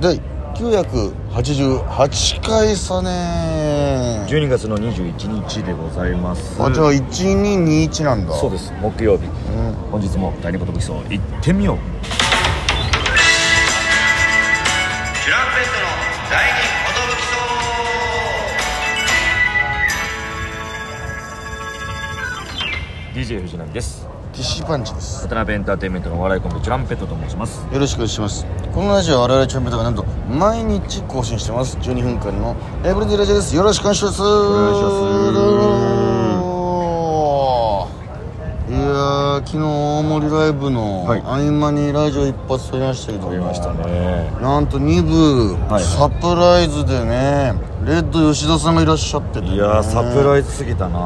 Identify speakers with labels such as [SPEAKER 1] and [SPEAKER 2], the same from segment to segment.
[SPEAKER 1] 第988回さね
[SPEAKER 2] 12月の21日でございます
[SPEAKER 1] あじゃあ1221なんだ
[SPEAKER 2] そうです木曜日、
[SPEAKER 1] ん
[SPEAKER 2] 本日も第二言武器層行ってみよう
[SPEAKER 3] チュランペットの第二
[SPEAKER 2] DJ 藤波です
[SPEAKER 1] ティッシュパンチです
[SPEAKER 2] 渡辺エンターテインメントのお笑いコンビチュランペットと申します
[SPEAKER 1] よろしくお願いしますこのラジオは我々チャンピオンがなんと毎日更新してます12分間のエブリデイラジオですよろしくお願いしますお
[SPEAKER 2] 願いし
[SPEAKER 1] いやー昨日大森ライブの
[SPEAKER 2] はい
[SPEAKER 1] 合間にラジオ一発撮りましたけど撮
[SPEAKER 2] ね
[SPEAKER 1] なんと2部、
[SPEAKER 2] はい
[SPEAKER 1] サプライズでねレッド吉田さんがいらっしゃってて、ね、
[SPEAKER 2] いやーサプ
[SPEAKER 1] イ
[SPEAKER 2] ライズすぎたな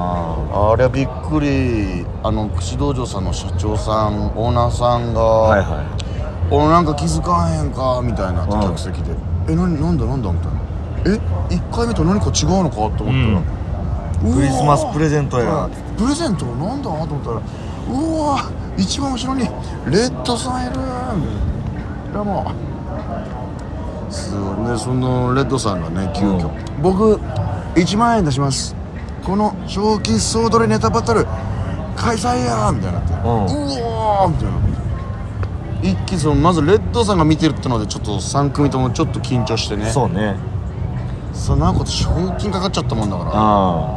[SPEAKER 1] あれはびっくりあの串道場さんの社長さんオーナーさんが、
[SPEAKER 2] はいは
[SPEAKER 1] 俺なんか気づかへんかみたいなって
[SPEAKER 2] うん
[SPEAKER 1] 客席で「えなになんだなんだ?」みたいな「え一1回目と何か違うのか?」って思ったら、うわー
[SPEAKER 2] クリスマスプレゼントやな
[SPEAKER 1] プレゼントなんだと思ったら「うわー一番後ろにレッドさんいる!」いやもうすごいねそのレッドさんがね急遽、僕1万円出しますこの正気総取りネタバトル開催や!」みたいになって「う
[SPEAKER 2] うん
[SPEAKER 1] おー!」みたいな一気にそのまずレッドさんが見てるってのでちょっと3組ともちょっと緊張してね
[SPEAKER 2] いそうね
[SPEAKER 1] そんなこと賞金かかっちゃったもんだか
[SPEAKER 2] あ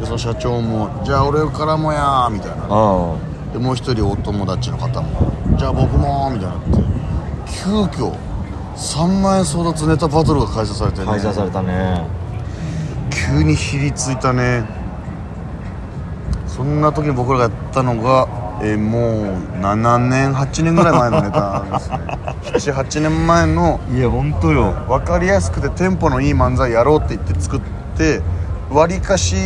[SPEAKER 1] らでその社長も「じゃあ俺からもや!」みたいな
[SPEAKER 2] ああ
[SPEAKER 1] でもう一人お友達の方も「じゃあ僕も」みたいになって急遽3万円争奪ネタバトルが開催されて、ね、
[SPEAKER 2] あ開催されたね
[SPEAKER 1] 急にひりついたねそんな時に僕らがやったのが、えーもう7年8年ぐらい前のネタですね78年前の
[SPEAKER 2] いや本当よ
[SPEAKER 1] 分かりやすくてテンポのいい漫才やろうって言って作ってわりかし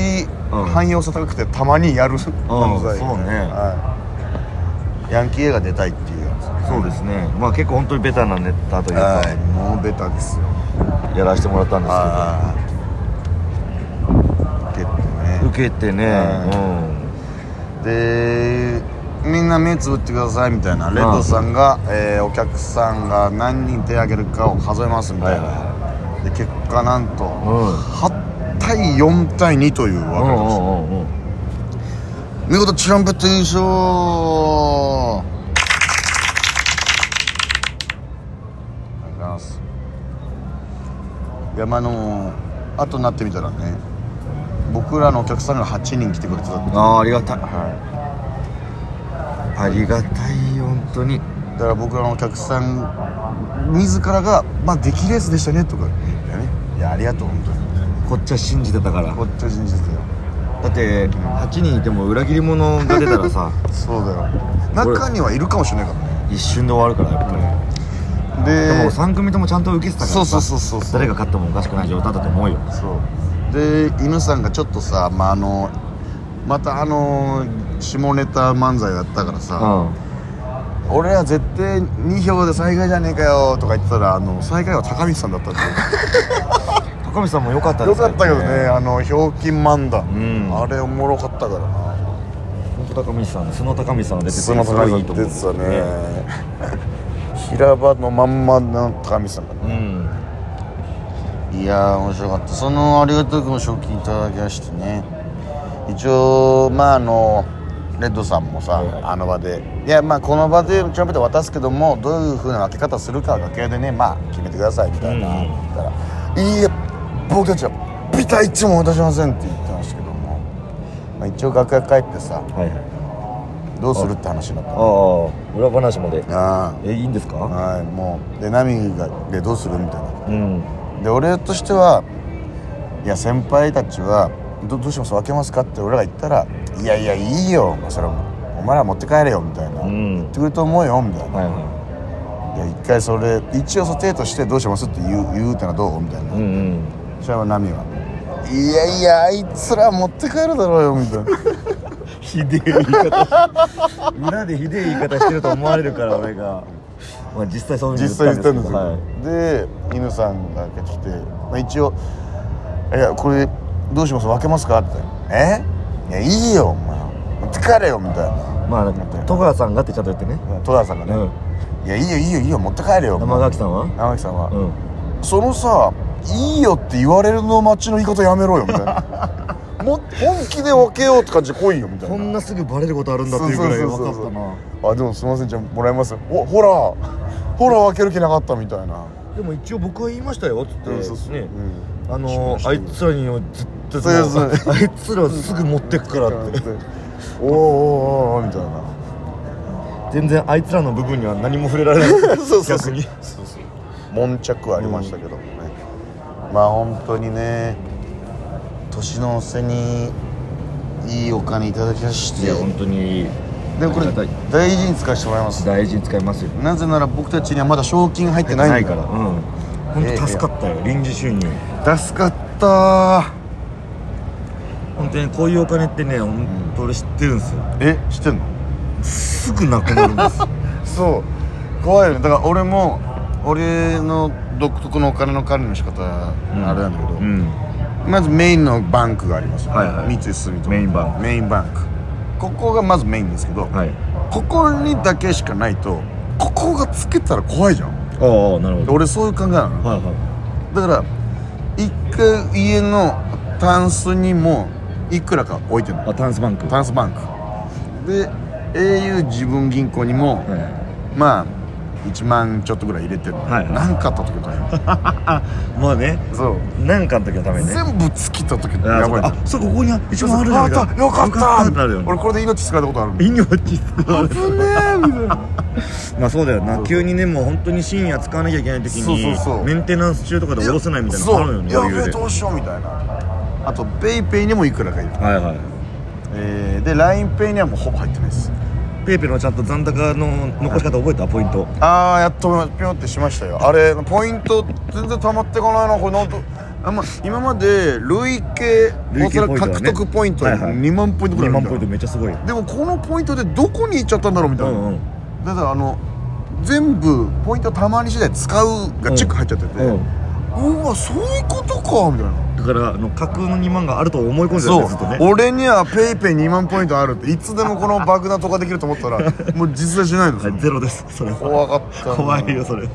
[SPEAKER 2] うん
[SPEAKER 1] 汎用性高くてたまにやる漫才、
[SPEAKER 2] そうね
[SPEAKER 1] はい、ヤンキー映画出たいっていうやつ
[SPEAKER 2] そうですねまあ結構本当にベタなネタというか
[SPEAKER 1] はいもうベタですよ
[SPEAKER 2] やらせてもらったんです
[SPEAKER 1] ああ結構ね
[SPEAKER 2] けど受けてね
[SPEAKER 1] はでみんな目つぶってくださいみたいなレッドさんが、えーお客さんが何人手挙げるかを数えますみたいな、
[SPEAKER 2] はい
[SPEAKER 1] で結果なんと、
[SPEAKER 2] ん
[SPEAKER 1] 8対4対2という
[SPEAKER 2] う
[SPEAKER 1] わけです、
[SPEAKER 2] んうんうんうんうん
[SPEAKER 1] 見事チュランペット優勝ありがとうございますいやまああの後になってみたらね僕らのお客さんが8人来てくれてたって
[SPEAKER 2] ああありがたい、ありがたい本当に
[SPEAKER 1] だから僕らのお客さん自らが「まあできレースでしたね」とかいやねいやありがとう本当に
[SPEAKER 2] こっちは信じてたから
[SPEAKER 1] こっちは信じてたよ
[SPEAKER 2] だって8人いても裏切り者が出た らさ
[SPEAKER 1] そうだよ中にはいるかもしれないからね
[SPEAKER 2] 一瞬で終わるからやっぱり、
[SPEAKER 1] で
[SPEAKER 2] でも3組ともちゃんと受けてたからさ
[SPEAKER 1] そうそうそうそうそう
[SPEAKER 2] 誰が勝ってもおかしくない状態だと思うよ
[SPEAKER 1] そうで犬さんがちょっとさ、まあ、あのまたあの下ネタ漫才だったから
[SPEAKER 2] う
[SPEAKER 1] さ
[SPEAKER 2] ん
[SPEAKER 1] 「俺ら絶対2票で最下位じゃねえかよ」とか言ってたらあの最下位は高道さんだった っていう
[SPEAKER 2] 高見さんも良かった
[SPEAKER 1] よ
[SPEAKER 2] です
[SPEAKER 1] かったけどねあのひょうきん漫談、
[SPEAKER 2] ん
[SPEAKER 1] あれおもろかったからな
[SPEAKER 2] 本当高見さん素の高見さんが出てて
[SPEAKER 1] その高道さん出て
[SPEAKER 2] すご
[SPEAKER 1] た
[SPEAKER 2] いいいと思うね
[SPEAKER 1] ね 平場のまんまの高道さんが
[SPEAKER 2] うん
[SPEAKER 1] いやー面白かったそのありがたくも賞金いただきましてね一応まああのレッドさんもさ、あの場でいやまあこの場でチャンピオン渡すけどもどういうふうな分け方するかは楽屋でねまあ決めてくださいみたいな、
[SPEAKER 2] うん
[SPEAKER 1] 言ったら「いいえ僕たちはビタ一も渡しません」って言ってましたけども、まあ、一応楽屋帰ってさ
[SPEAKER 2] はいはい
[SPEAKER 1] どうするって話になった
[SPEAKER 2] ああ裏話まで
[SPEAKER 1] ああ
[SPEAKER 2] えいいんですか
[SPEAKER 1] はいもうでナミがでどうするみたいな
[SPEAKER 2] うん
[SPEAKER 1] で俺としてはいや先輩たちはどどうします分けますかって俺らが言ったら「いやいやいいよそれはもうお前ら持って帰れよ」みたいな、
[SPEAKER 2] う
[SPEAKER 1] 言
[SPEAKER 2] ん
[SPEAKER 1] ってくると思うよみたいな
[SPEAKER 2] はいは
[SPEAKER 1] 「いや一回それ一応そ手としてどうします?」って言う言うってのはどうみたいない
[SPEAKER 2] うんうん
[SPEAKER 1] そしたらナミは「いやいやあいつら持って帰るだろうよ」みた いな
[SPEAKER 2] ひでえ言い方 裏でひでえ言い方してると思われるから俺が、まあ、実際そういう
[SPEAKER 1] 実
[SPEAKER 2] ふう
[SPEAKER 1] 際言っ
[SPEAKER 2] に言
[SPEAKER 1] た
[SPEAKER 2] っ
[SPEAKER 1] んですよ、
[SPEAKER 2] はい
[SPEAKER 1] で犬さんが来て、まあ、一応「いやこれどうします分けますか?」って「えいやいいよお前持って帰れよ」みたいな
[SPEAKER 2] まあなんか戸川さんがってちゃんと言ってね
[SPEAKER 1] 戸川さんがね、
[SPEAKER 2] うん
[SPEAKER 1] いやいいよいいよいいよ持って帰れよ
[SPEAKER 2] 山垣さんは
[SPEAKER 1] 山崎さんは、
[SPEAKER 2] うん
[SPEAKER 1] そのさ「いいよ」って言われるの待ちの言い方やめろよみたいな も本気で分けようって感じで来いよみたいな
[SPEAKER 2] こんなすぐバレることあるんだっ
[SPEAKER 1] そう
[SPEAKER 2] ていう
[SPEAKER 1] そう
[SPEAKER 2] ぐらい
[SPEAKER 1] そう
[SPEAKER 2] 分かっ
[SPEAKER 1] そ
[SPEAKER 2] た
[SPEAKER 1] う
[SPEAKER 2] な
[SPEAKER 1] あでもすいませんじゃあもらいますおほらほら分ける気なかったみたいな
[SPEAKER 2] でも一応僕は言いましたよっつって、
[SPEAKER 1] うんそうそう
[SPEAKER 2] ね
[SPEAKER 1] う
[SPEAKER 2] あのー、あいつらには絶対
[SPEAKER 1] そうそう
[SPEAKER 2] あいつらはすぐ持ってくからって
[SPEAKER 1] おーおーおーみたいな
[SPEAKER 2] 全然あいつらの部分には何も触れられない
[SPEAKER 1] そうそうそう
[SPEAKER 2] 逆に
[SPEAKER 1] 悶着はありましたけどもね、まあ本当にね年の瀬にいいお金いただきまして
[SPEAKER 2] いや本当に
[SPEAKER 1] でもこれ
[SPEAKER 2] ありがたい
[SPEAKER 1] 大事に使わせてもらいます
[SPEAKER 2] 大事に使いますよ
[SPEAKER 1] なぜなら僕たちにはまだ賞金入ってないんだ
[SPEAKER 2] うん本当助かったよ臨時収入
[SPEAKER 1] ら助かった
[SPEAKER 2] 本当にこういうお金ってね本当俺知ってるんですよ
[SPEAKER 1] え知ってんの
[SPEAKER 2] すぐなくなるんですよ
[SPEAKER 1] そう怖いよねだから俺も俺の独特のお金の管理の仕方、あれなんだけど、
[SPEAKER 2] うん
[SPEAKER 1] まずメインのバンクがあります、
[SPEAKER 2] はいはい
[SPEAKER 1] 三井住友
[SPEAKER 2] メインバンク
[SPEAKER 1] メインバンクここがまずメインですけど、
[SPEAKER 2] はい
[SPEAKER 1] ここにだけしかないとここがつけたら怖いじゃん
[SPEAKER 2] ああなるほど
[SPEAKER 1] 俺そういう考えなの
[SPEAKER 2] はいは
[SPEAKER 1] だから一回家のタンスにもいくらか置いてない
[SPEAKER 2] いあタンスバンク
[SPEAKER 1] タンスバンクで au 自分銀行にも、
[SPEAKER 2] はい
[SPEAKER 1] まあ1万ちょっとぐらい入れてる何、
[SPEAKER 2] はい
[SPEAKER 1] なんかあった時とか
[SPEAKER 2] まあね
[SPEAKER 1] そう
[SPEAKER 2] なんかの時のためにね
[SPEAKER 1] 全部尽きた時
[SPEAKER 2] あ
[SPEAKER 1] や
[SPEAKER 2] そ
[SPEAKER 1] ば
[SPEAKER 2] う
[SPEAKER 1] い
[SPEAKER 2] かあそうここに一番あるじゃない
[SPEAKER 1] あったよかった
[SPEAKER 2] ってなるよね
[SPEAKER 1] 俺これで命使えたこと あるもん
[SPEAKER 2] 意味は実 はある
[SPEAKER 1] 危ねえみたいな
[SPEAKER 2] まあそうだよな急にねもう本当に深夜使わなきゃいけない時に
[SPEAKER 1] そうそうそう
[SPEAKER 2] メンテナンス中とかで下ろせないみたいなのあるよね
[SPEAKER 1] そう
[SPEAKER 2] 余
[SPEAKER 1] や
[SPEAKER 2] 裕
[SPEAKER 1] べえ
[SPEAKER 2] で
[SPEAKER 1] どうしようみたいなあとペイペイにもいくらかいる、
[SPEAKER 2] はいはい
[SPEAKER 1] えー、で LINEPay にはもうほぼ入ってないです
[SPEAKER 2] ペイペイのちゃんと残高の残し方覚えたポイント
[SPEAKER 1] ああやっとピョンってしましたよあれポイント全然溜まってこないなこれなんとあんま今まで累計
[SPEAKER 2] 累計ポイントだね
[SPEAKER 1] おそらく獲得ポイント
[SPEAKER 2] はいはい
[SPEAKER 1] 2万ポイントぐら
[SPEAKER 2] 2
[SPEAKER 1] いあるん
[SPEAKER 2] 万
[SPEAKER 1] だ
[SPEAKER 2] ポイントめっちゃすごいよ
[SPEAKER 1] でもこのポイントでどこに行っちゃったんだろうみ
[SPEAKER 2] う
[SPEAKER 1] たいな、
[SPEAKER 2] んうん
[SPEAKER 1] だからあの全部ポイントたまに次第使うがチェック入っちゃってて、う
[SPEAKER 2] うん
[SPEAKER 1] わそういうことかみたいな
[SPEAKER 2] だからあの架空の2万があると思い込んでたん
[SPEAKER 1] そ
[SPEAKER 2] で
[SPEAKER 1] う
[SPEAKER 2] ずっとね
[SPEAKER 1] 俺にはペイペイ2万ポイントあるっていつでもこの爆弾とかできると思ったらもう実在しないの
[SPEAKER 2] はいゼロですそれは
[SPEAKER 1] 怖かったな
[SPEAKER 2] 怖いよそれ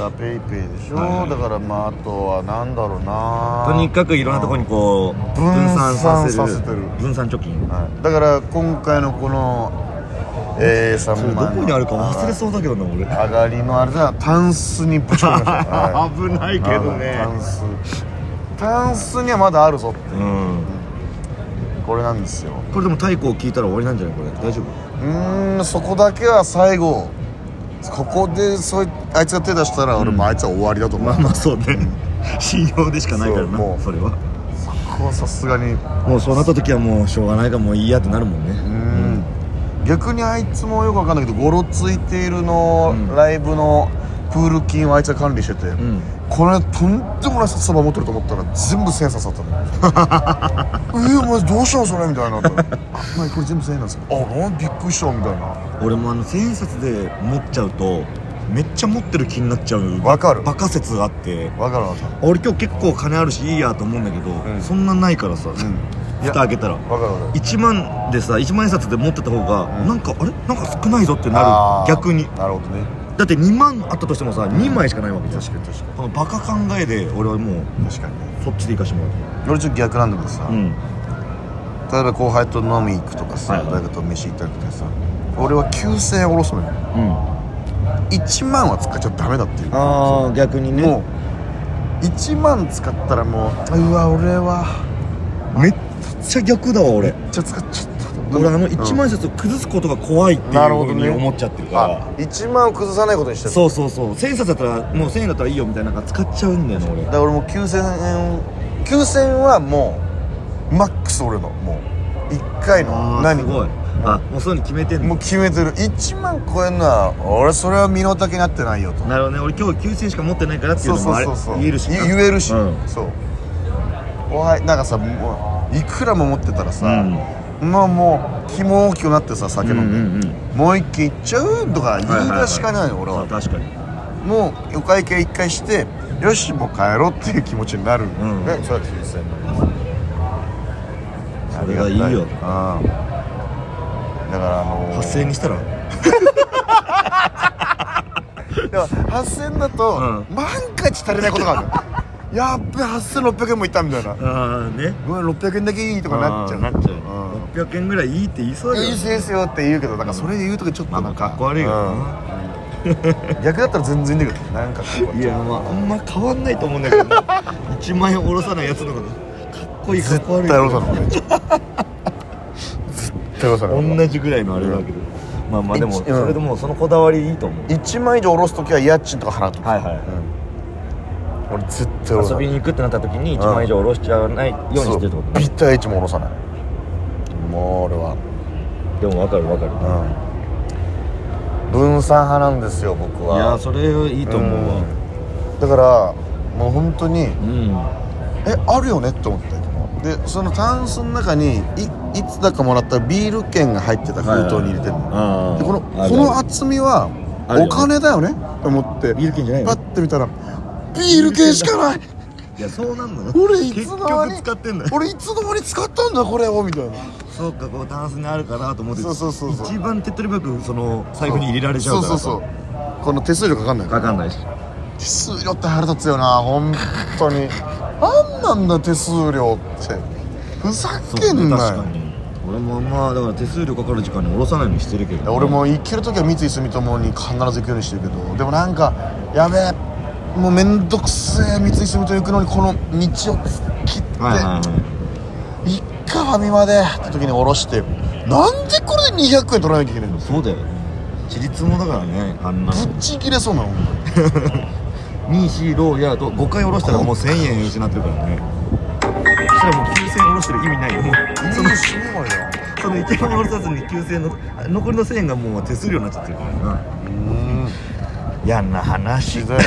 [SPEAKER 1] あペイペイでしょ、
[SPEAKER 2] はいはい
[SPEAKER 1] だからまああとはなんだろうな
[SPEAKER 2] とにかくいろんなところにこう
[SPEAKER 1] 分
[SPEAKER 2] 分散させる
[SPEAKER 1] 散させてる
[SPEAKER 2] 分散貯金
[SPEAKER 1] はい、だから今回のこのえー、
[SPEAKER 2] それ
[SPEAKER 1] 3
[SPEAKER 2] ど
[SPEAKER 1] 万
[SPEAKER 2] こにあるか忘れそうだけどな俺
[SPEAKER 1] 上がりのあれだタンスにぶち込みました、は、
[SPEAKER 2] 危な い
[SPEAKER 1] タンスタンスにはまだあるぞって
[SPEAKER 2] うん
[SPEAKER 1] これなんですよ
[SPEAKER 2] これでも太鼓を聞いたら終わりなんじゃないこれ大丈夫
[SPEAKER 1] うーんそこだけは最後ここでそういあいつが手出したら俺もあいつは終わりだと思う、
[SPEAKER 2] まあまあそうね信用でしかないから
[SPEAKER 1] そう
[SPEAKER 2] な
[SPEAKER 1] もう
[SPEAKER 2] それは
[SPEAKER 1] そこはさすがに
[SPEAKER 2] もうそうなった時はもうしょうがないからもういいやってなるもんね
[SPEAKER 1] うん逆にあいつもよくわかんないけどゴロついているの、
[SPEAKER 2] うん
[SPEAKER 1] ライブのプール金をあいつが管理してて、
[SPEAKER 2] ん
[SPEAKER 1] これとんでもない札束持ってると思ったら全部千円札だったのえ ー、お前どうしたのそれみたいになって「あまあこれ全部千円なんですよ」あなんびっくりした」みたいな
[SPEAKER 2] 俺もあの千円札で持っちゃうとめっちゃ持ってる気になっちゃう
[SPEAKER 1] わかる
[SPEAKER 2] バカ説があって
[SPEAKER 1] わかるわか
[SPEAKER 2] 俺今日結構金あるしいいやと思うんだけど、
[SPEAKER 1] ん
[SPEAKER 2] そんなないからさ、
[SPEAKER 1] んいや
[SPEAKER 2] 蓋開けたら
[SPEAKER 1] るわかるわかる
[SPEAKER 2] 1万でさ1万円札で持ってた方が、
[SPEAKER 1] うん
[SPEAKER 2] なんかあれなんか少ないぞって
[SPEAKER 1] あ
[SPEAKER 2] な
[SPEAKER 1] ー
[SPEAKER 2] る逆に
[SPEAKER 1] なるほどね
[SPEAKER 2] だって2万あったとしてもさ2枚しかないわけじゃん
[SPEAKER 1] 確かに確か
[SPEAKER 2] このバカ考えで俺はもう
[SPEAKER 1] に確かにね
[SPEAKER 2] そっちで行かしてもら
[SPEAKER 1] 俺ちょっと逆なんだけどさ、
[SPEAKER 2] ううん
[SPEAKER 1] 例えば後輩と飲み行くとかさ、
[SPEAKER 2] はいはい
[SPEAKER 1] 誰かと飯行ったりとかさ俺は9000円下ろすのよ
[SPEAKER 2] うん
[SPEAKER 1] 1万は使っちゃダメだっていう
[SPEAKER 2] ああ逆にね
[SPEAKER 1] もう1万使ったらもううわ俺は
[SPEAKER 2] めっちゃ逆だわ俺
[SPEAKER 1] めっちゃ使っちゃった
[SPEAKER 2] 俺あの1万円札を崩すことが怖いっていう
[SPEAKER 1] なるほ
[SPEAKER 2] ふう
[SPEAKER 1] ど
[SPEAKER 2] に
[SPEAKER 1] ね
[SPEAKER 2] 思っちゃってるから、
[SPEAKER 1] あ1万を崩さないことにしてる
[SPEAKER 2] そうそうそう1000円札だったらもう1000円だったらいいよみたいななんか使っちゃうんだよな俺
[SPEAKER 1] だから俺もう9000円9000円はもうマックス俺のもう1回の
[SPEAKER 2] あー
[SPEAKER 1] 何
[SPEAKER 2] すごいあもうそういうの決めてん
[SPEAKER 1] も
[SPEAKER 2] の
[SPEAKER 1] う決めてる1万超えるのは俺それは身の丈になってないよと
[SPEAKER 2] なるほどね俺今日9000円しか持ってないからっていう
[SPEAKER 1] そうそ
[SPEAKER 2] のもあ
[SPEAKER 1] う
[SPEAKER 2] れ
[SPEAKER 1] そうそう
[SPEAKER 2] 言えるしな
[SPEAKER 1] 言えるし、
[SPEAKER 2] うん
[SPEAKER 1] そうおはいなんかさもういくらも持ってたらさ、まあもう気も大きくなってさ酒飲んで、
[SPEAKER 2] うんうんうん
[SPEAKER 1] もう一軒行っちゃうとか言
[SPEAKER 2] はいはい
[SPEAKER 1] い
[SPEAKER 2] はい
[SPEAKER 1] 出しかないのよ俺
[SPEAKER 2] そう
[SPEAKER 1] は
[SPEAKER 2] 確かに
[SPEAKER 1] もうお会計一回してよしもう帰ろうっていう気持ちになる、
[SPEAKER 2] ん
[SPEAKER 1] ねそれは金銭
[SPEAKER 2] それがいいよ
[SPEAKER 1] うんだからあのー
[SPEAKER 2] 8000円にしたら
[SPEAKER 1] でも8000だと、
[SPEAKER 2] う
[SPEAKER 1] 万が一足りないことがあるやっべ8600円もいったみたいな
[SPEAKER 2] ああね
[SPEAKER 1] ごめん600円だけいいとかなっちゃう
[SPEAKER 2] あーなっちゃうね
[SPEAKER 1] うん
[SPEAKER 2] 600円ぐらいいいって言いそうだ
[SPEAKER 1] い
[SPEAKER 2] よ
[SPEAKER 1] いですよって言うけどなんかそれで言うときちょっと
[SPEAKER 2] ま
[SPEAKER 1] な
[SPEAKER 2] あ
[SPEAKER 1] んか
[SPEAKER 2] かっこ悪いよな
[SPEAKER 1] うん逆だったら全然いいんだけどなんかかっこ悪い
[SPEAKER 2] いやまああんま変わんないと思うんだけどな1万円下ろさないやつの方がかっこいいかっこ悪い
[SPEAKER 1] 絶対ロサのね絶対ロサの
[SPEAKER 2] 同じぐらいのあれだけど、まあまあでも
[SPEAKER 1] 一
[SPEAKER 2] そ
[SPEAKER 1] うん
[SPEAKER 2] れでもうそのこだわりいいと思う
[SPEAKER 1] 1万以上下ろすときは家賃とか払うと
[SPEAKER 2] はいはい、
[SPEAKER 1] 俺絶対下ろさ
[SPEAKER 2] 遊
[SPEAKER 1] ない
[SPEAKER 2] びに行くってなった時に1万以上下ろしちゃわないようにしてるってこと
[SPEAKER 1] ビ
[SPEAKER 2] ね
[SPEAKER 1] タ1も下ろさないもう俺は
[SPEAKER 2] でも分かる分かる
[SPEAKER 1] うん分散派なんですよ僕
[SPEAKER 2] いや
[SPEAKER 1] は
[SPEAKER 2] それいいと思うわ
[SPEAKER 1] だからもう本当に
[SPEAKER 2] うん
[SPEAKER 1] えあるよねって思ってでそのタンスの中にいいつだかもらったビール券が入ってた封筒に入れてるの、
[SPEAKER 2] ああ
[SPEAKER 1] でこの
[SPEAKER 2] ある
[SPEAKER 1] この厚みは
[SPEAKER 2] あるよ
[SPEAKER 1] お
[SPEAKER 2] ね
[SPEAKER 1] 金だよねと思って
[SPEAKER 2] ビール券じゃないの
[SPEAKER 1] パッて見たらビール券しかない
[SPEAKER 2] いやそうなんのよ
[SPEAKER 1] 俺いつの間に
[SPEAKER 2] 結局使ってんだよ
[SPEAKER 1] 俺いつの間に使ったんだこれをみたいな
[SPEAKER 2] そうかこうタンスにあるかなと思って
[SPEAKER 1] そうそうそうそう
[SPEAKER 2] 一番手っ取り早くその財布に入れられちゃうから
[SPEAKER 1] そうそうそうこの手数料かかんない
[SPEAKER 2] 分
[SPEAKER 1] から
[SPEAKER 2] かんないし
[SPEAKER 1] 手数料って腹立つよな本当 になんなんだ手数料ってふざけん
[SPEAKER 2] ね
[SPEAKER 1] な
[SPEAKER 2] 確
[SPEAKER 1] よ
[SPEAKER 2] か、に俺もまあだから手数料かかる時間に下ろさないようにしてるけどね、
[SPEAKER 1] 俺も行ける時は三井住友に必ず行くようにしてるけどでもなんかやべえもうめんどくせえ三井住友行くのにこの道を切って、
[SPEAKER 2] はいはいはい
[SPEAKER 1] 一回ファミマでって時に下ろしてなんでこれで200円取らなきゃいけないんです
[SPEAKER 2] そうだよね自立もだからねあんな
[SPEAKER 1] ぶっちぎれそうなの
[SPEAKER 2] ミーシーローヤーと5回下ろしたらもう1000円失ってるからねそしたらもう9000円下ろしてる意味ないよもうその
[SPEAKER 1] 死ぬまでだ
[SPEAKER 2] その1万円下ろさずに9000円のあ残りの1000円がもう手数料になっちゃってるからな
[SPEAKER 1] うーん
[SPEAKER 2] 嫌な話
[SPEAKER 1] ひどい